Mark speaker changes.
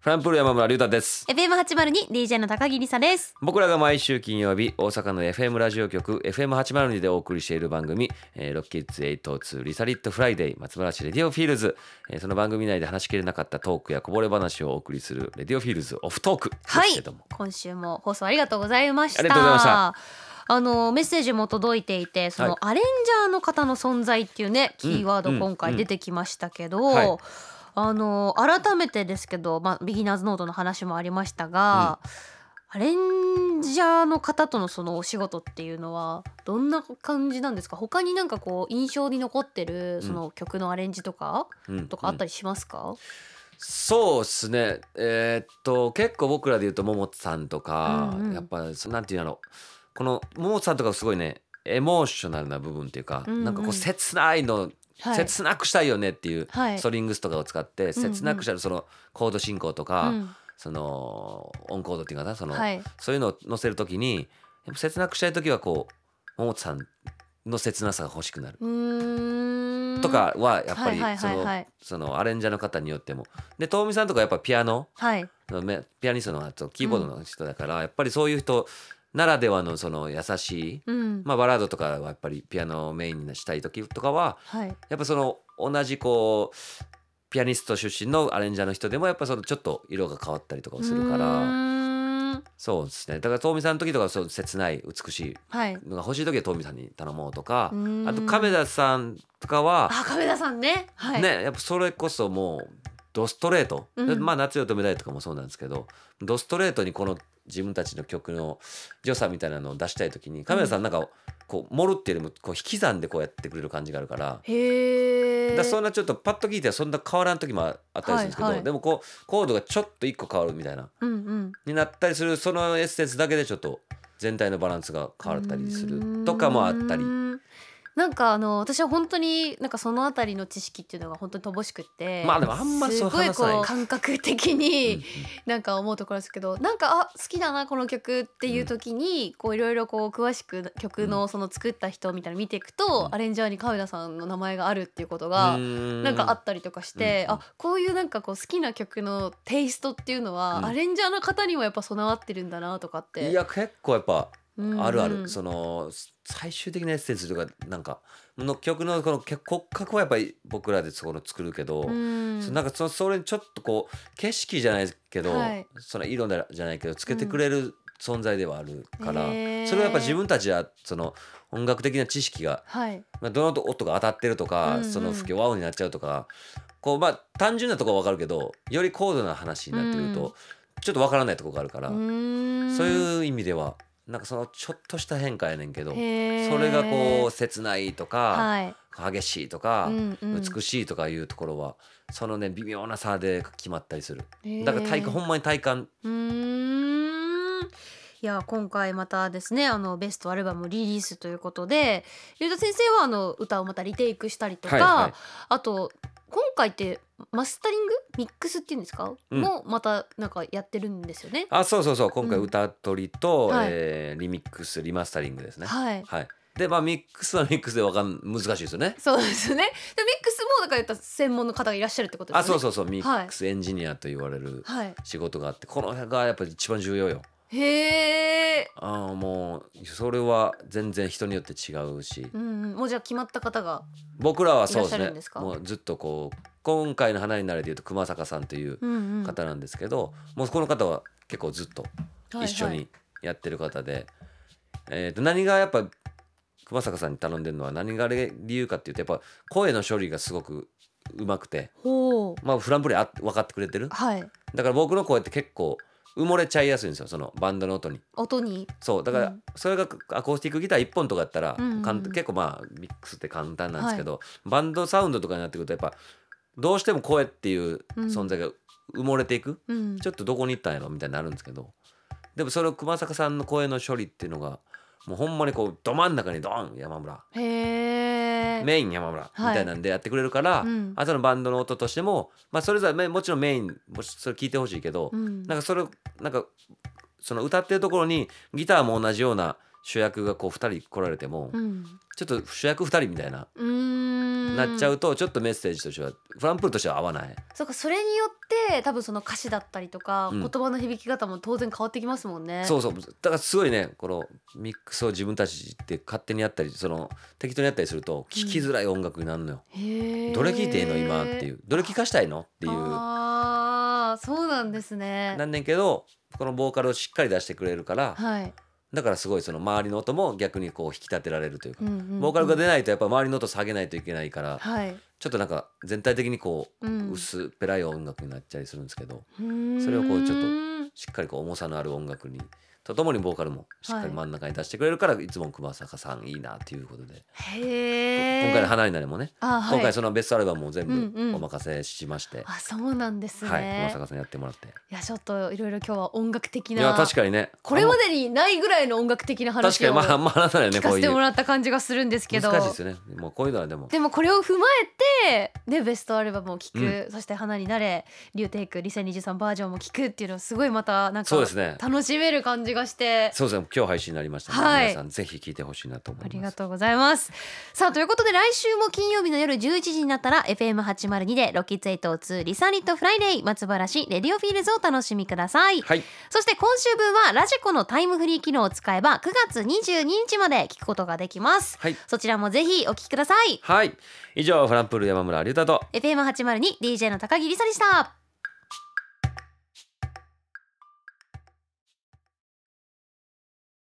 Speaker 1: フランプール山村隆太です。
Speaker 2: FM802 DJ の高木梨沙です
Speaker 1: 僕らが毎週金曜日、大阪の FM ラジオ局 FM802 でお送りしている番組、えーロッキーズ802リサリットフライデー松原市レディオフィールズ、えーその番組内で話しきれなかったトークやこぼれ話をお送りするレディオフィールズオフトークです
Speaker 2: はい
Speaker 1: けども。
Speaker 2: 今週も放送ありがとうございました
Speaker 1: ありがとうございました
Speaker 2: あのメッセージも届いていてそ
Speaker 1: は
Speaker 2: の
Speaker 1: い
Speaker 2: アレンジャーの方の存在っていうね、キーワー
Speaker 1: うん
Speaker 2: ド今
Speaker 1: う
Speaker 2: 回
Speaker 1: ん
Speaker 2: 出てきましたけど、
Speaker 1: はい
Speaker 2: あの改めてですけど、まあ、ビギナーズノートの話もありましたが、アレンジャーの方とのそのお仕事っていうのはどんな感じなんですか他になんかこう印象に残ってるその曲のアレンジとか、
Speaker 1: うん
Speaker 2: とかあったりしますか、
Speaker 1: そうですねえーっと結構僕らで言うと桃さんとか、
Speaker 2: うんうん
Speaker 1: やっぱそなんていうのこの桃さんとかすごいねエモーショナルな部分っていうか、
Speaker 2: うんうん
Speaker 1: なんかこう切ないの、
Speaker 2: はい
Speaker 1: 切なくしたいよねっていう、
Speaker 2: はい
Speaker 1: ストリングスとかを使って切なくしたるそのコード進行とか、そのオンコードっていうかなそ
Speaker 2: うん
Speaker 1: の、
Speaker 2: はい、
Speaker 1: そういうのを載せるときにやっぱ切なくしたい時はこう桃さんの切なさが欲しくなる。
Speaker 2: うーん
Speaker 1: とかはやっぱり
Speaker 2: はい
Speaker 1: そ
Speaker 2: はいはいは
Speaker 1: の
Speaker 2: い
Speaker 1: そのアレンジャーの方によってもで遠見さんとかやっぱピアノ
Speaker 2: はい
Speaker 1: のめピアニストのあとキーボードの人だから、やっぱりそういう人ならではのその優しい、
Speaker 2: うん、
Speaker 1: まあ、バラードとかはやっぱりピアノをメインにしたい時とかは
Speaker 2: はい
Speaker 1: やっぱその同じこうピアニスト出身のアレンジャーの人でもやっぱそのちょっと色が変わったりとかをするから
Speaker 2: うーん
Speaker 1: そうですねだから遠見さんの時とかはそう切ない美し
Speaker 2: はい
Speaker 1: いのが欲しい時は遠見さんに頼もうとか
Speaker 2: うーん
Speaker 1: あと亀田さんとかは
Speaker 2: あ亀田さんねはい
Speaker 1: ねやっぱそれこそもうドストレート、
Speaker 2: うん
Speaker 1: まあ「夏よ止めたい」とかもそうなんですけどドストレートにこの自分たちの曲の良さみたいなのを出したい時にカメラさんなんかこう盛るっていうよりもこう引き算でこうやってくれる感じがあるから。
Speaker 2: へ
Speaker 1: だか
Speaker 2: え
Speaker 1: らそんなちょっとパッと聞いてはそんな変わらん時もあったりするんですけど、
Speaker 2: はいはい
Speaker 1: でもこうコードがちょっと一個変わるみたいな
Speaker 2: うんうん
Speaker 1: になったりするそのエッセンスだけでちょっと全体のバランスが変わったりす
Speaker 2: うー
Speaker 1: る
Speaker 2: ん
Speaker 1: とかもあったり。
Speaker 2: なんかあの私は本当になんかそのあたりの知識っていうのが本当に乏しくって
Speaker 1: まあでもあんまりそう
Speaker 2: すごい
Speaker 1: 話さない
Speaker 2: こう感覚的
Speaker 1: うん
Speaker 2: に、
Speaker 1: うん
Speaker 2: なんか思うところですけどなんかあ好きだなこの曲っていう時にこういろいろこう詳しく曲のその作った人みたいなの見ていくと、
Speaker 1: うん
Speaker 2: アレンジャーに亀田さんの名前があるっていうことが、
Speaker 1: うー
Speaker 2: なんかあったりとかして、
Speaker 1: うん
Speaker 2: あこういうなんかこう好きな曲のテイストっていうのは、
Speaker 1: うん
Speaker 2: アレンジャーの方にもやっぱ備わってるんだなとかって
Speaker 1: いや結構やっぱ
Speaker 2: うん
Speaker 1: あるある、その最終的なエッセンスとかなんかの曲のこのけ骨格はやっぱり僕らでそこの作るけど、
Speaker 2: うん
Speaker 1: そのなんかそそれにちょっとこう景色じゃないけど、
Speaker 2: はい
Speaker 1: その色なじゃないけどつけてくれる存在ではあるから、
Speaker 2: へー
Speaker 1: それはやっぱ自分たちはその音楽的な知識が、
Speaker 2: はい
Speaker 1: まあ、どの音が当たってるとか、
Speaker 2: うんうん
Speaker 1: その不協和音になっちゃうとかこうまあ単純なとこは分かるけどより高度な話になってくると、
Speaker 2: うん
Speaker 1: ちょっと分からないとこがあるから。
Speaker 2: そ
Speaker 1: そう
Speaker 2: う
Speaker 1: いう意味ではなんかそのちょっとした変化やねんけど
Speaker 2: そ
Speaker 1: それがこう切ないとか
Speaker 2: はい
Speaker 1: 激しいとか
Speaker 2: うんうん
Speaker 1: 美しいとかいうところはそのね微妙な差で決まったりする
Speaker 2: へー
Speaker 1: だから体感ほんまに体感
Speaker 2: うーんいや今回またですねあのベストアルバムリリースということでゆうた先生はあの歌をまたリテイクしたりとか、
Speaker 1: はいはい
Speaker 2: あと今回ってマスタリングミックスっていうんですか、
Speaker 1: うん
Speaker 2: もまたなんかやってるんですよね。
Speaker 1: あそうそうそう今回
Speaker 2: うん
Speaker 1: 歌取りと、
Speaker 2: はい
Speaker 1: えーリミックスリマスタリングですね
Speaker 2: はい、
Speaker 1: はいでまあミックスはミックスでわかん難しいですよね
Speaker 2: そうですねでミックスもだから言ったら専門の方がいらっしゃるってことで
Speaker 1: あ
Speaker 2: すよ
Speaker 1: そ
Speaker 2: ね。
Speaker 1: うそうそうミックスエンジニアと言われる
Speaker 2: はい、
Speaker 1: 仕事があってこの辺がやっぱ一番重要よ
Speaker 2: へえ、
Speaker 1: あーもうそれは全然人によって違うし、
Speaker 2: うんうん、もうじゃあ決まった方が、
Speaker 1: 僕らはそうです
Speaker 2: いらっしゃる
Speaker 1: ね
Speaker 2: んですか
Speaker 1: もうずっとこう今回の「花になれ」でいうと熊坂さんという
Speaker 2: うんうん、
Speaker 1: 方なんですけど、もうこの方は結構ずっと一緒
Speaker 2: はいはい
Speaker 1: にやってる方で、えーと何がやっぱ熊坂さんに頼んでるのは何が理由かっていうとやっぱ声の処理がすごくうまくて、
Speaker 2: ほう
Speaker 1: まあ、フランプリあ分かってくれてる
Speaker 2: はい
Speaker 1: だから僕の声って結構埋もれちゃいやすいんですよそのバンドの音に。
Speaker 2: 音に
Speaker 1: そうだか
Speaker 2: う
Speaker 1: ら
Speaker 2: ん
Speaker 1: それがアコースティックギター1本とかだったら、
Speaker 2: うんうんうん
Speaker 1: 簡単結構まあミックスって簡単なんですけど、バンドサウンドとかになってくるとやっぱどうしても声っていう存在が埋もれていく、
Speaker 2: うん
Speaker 1: ちょっとどこに行ったんやろみたいになるんですけどでもそれを熊坂さんの声の処理っていうのがもうほんまにこうど真ん中にドーン山村
Speaker 2: へえ。
Speaker 1: メイン山村、みたいなんでやってくれるから、
Speaker 2: うん
Speaker 1: あとのバンドの音としても、まあ、それぞれめもちろんメインもしそれ聞いてほしいけど、
Speaker 2: うん
Speaker 1: なんかそれなんかその歌ってるところにギターも同じような主役がこう2人来られても、
Speaker 2: うん
Speaker 1: ちょっと主役2人みたいな、
Speaker 2: うーん
Speaker 1: なっちゃうとちょっとメッセージとしてはフランプールとしては合わない
Speaker 2: そうかそれによって多分その歌詞だったりとか、
Speaker 1: うん
Speaker 2: 言葉の響き方も当然変わってきますもんね
Speaker 1: そううそうだからすごいねこのミックスを自分たちで勝手にやったりその適当にやったりすると聞きづらい音楽になるのよ、
Speaker 2: へ
Speaker 1: どれ聞いていいの今っていううどれ聞かしたいのっていう
Speaker 2: あーそうなんですね
Speaker 1: なんねんけどこのボーカルをしっかり出してくれるから
Speaker 2: はい、
Speaker 1: だからすごいその周りの音も逆にこう引き立てられるというか
Speaker 2: うんうんうん
Speaker 1: ボーカルが出ないとやっぱ周りの音下げないといけないから
Speaker 2: はい、
Speaker 1: ちょっとなんか全体的にこう
Speaker 2: うん
Speaker 1: 薄っぺらい音楽になっちゃりするんですけど
Speaker 2: そ
Speaker 1: れをこうちょっと
Speaker 2: と
Speaker 1: しっかりこう重さのある音楽にとともにボーカルもしっかり真ん中に出してくれるからいつも熊坂さんいいなっていうことで
Speaker 2: へえ
Speaker 1: 今回の「花になれ」もね
Speaker 2: あ、はい、
Speaker 1: 今回そのベストアルバムも全
Speaker 2: うんう
Speaker 1: 部
Speaker 2: ん
Speaker 1: お任せしまして
Speaker 2: あそうなんですね、
Speaker 1: はい
Speaker 2: い、
Speaker 1: 熊坂さんやってもらって
Speaker 2: やちょっといろいろ今日は音楽的
Speaker 1: い
Speaker 2: な
Speaker 1: や確かにね
Speaker 2: これま
Speaker 1: で
Speaker 2: でにないぐらいの音楽的な
Speaker 1: 確
Speaker 2: 話
Speaker 1: かに
Speaker 2: を
Speaker 1: まああんま話さないよね
Speaker 2: 聞
Speaker 1: こう
Speaker 2: かせ
Speaker 1: い
Speaker 2: ても
Speaker 1: う
Speaker 2: らった感じがするんですけど
Speaker 1: 難しいですよねもうこういうのはでも
Speaker 2: でもこれを踏まえて、ね、ベストアルバムを聴く、そして「花になれ」「リューテイク2023バージョン」も聴くっていうのはすごいまたなんか
Speaker 1: そうですね
Speaker 2: 楽しめる感じがして
Speaker 1: そうですね今日配信になりましたので
Speaker 2: はい
Speaker 1: 皆さんぜひ聞いてほしいなと思
Speaker 2: あ
Speaker 1: い
Speaker 2: り
Speaker 1: ま
Speaker 2: が
Speaker 1: す
Speaker 2: とうございます。さあということで来週も金曜日の夜11時になったら FM802 でロキッツ802リサリットフライデー松原市レディオフィールズをお楽しみください。
Speaker 1: はい
Speaker 2: そして今週分はラジコのタイムフリー機能を使えば9月22日まで聞くことができます。
Speaker 1: はい
Speaker 2: そちらもぜひお聞きください。
Speaker 1: はい以上フランプール山村隆太と
Speaker 2: FM802DJ の高木りさでした。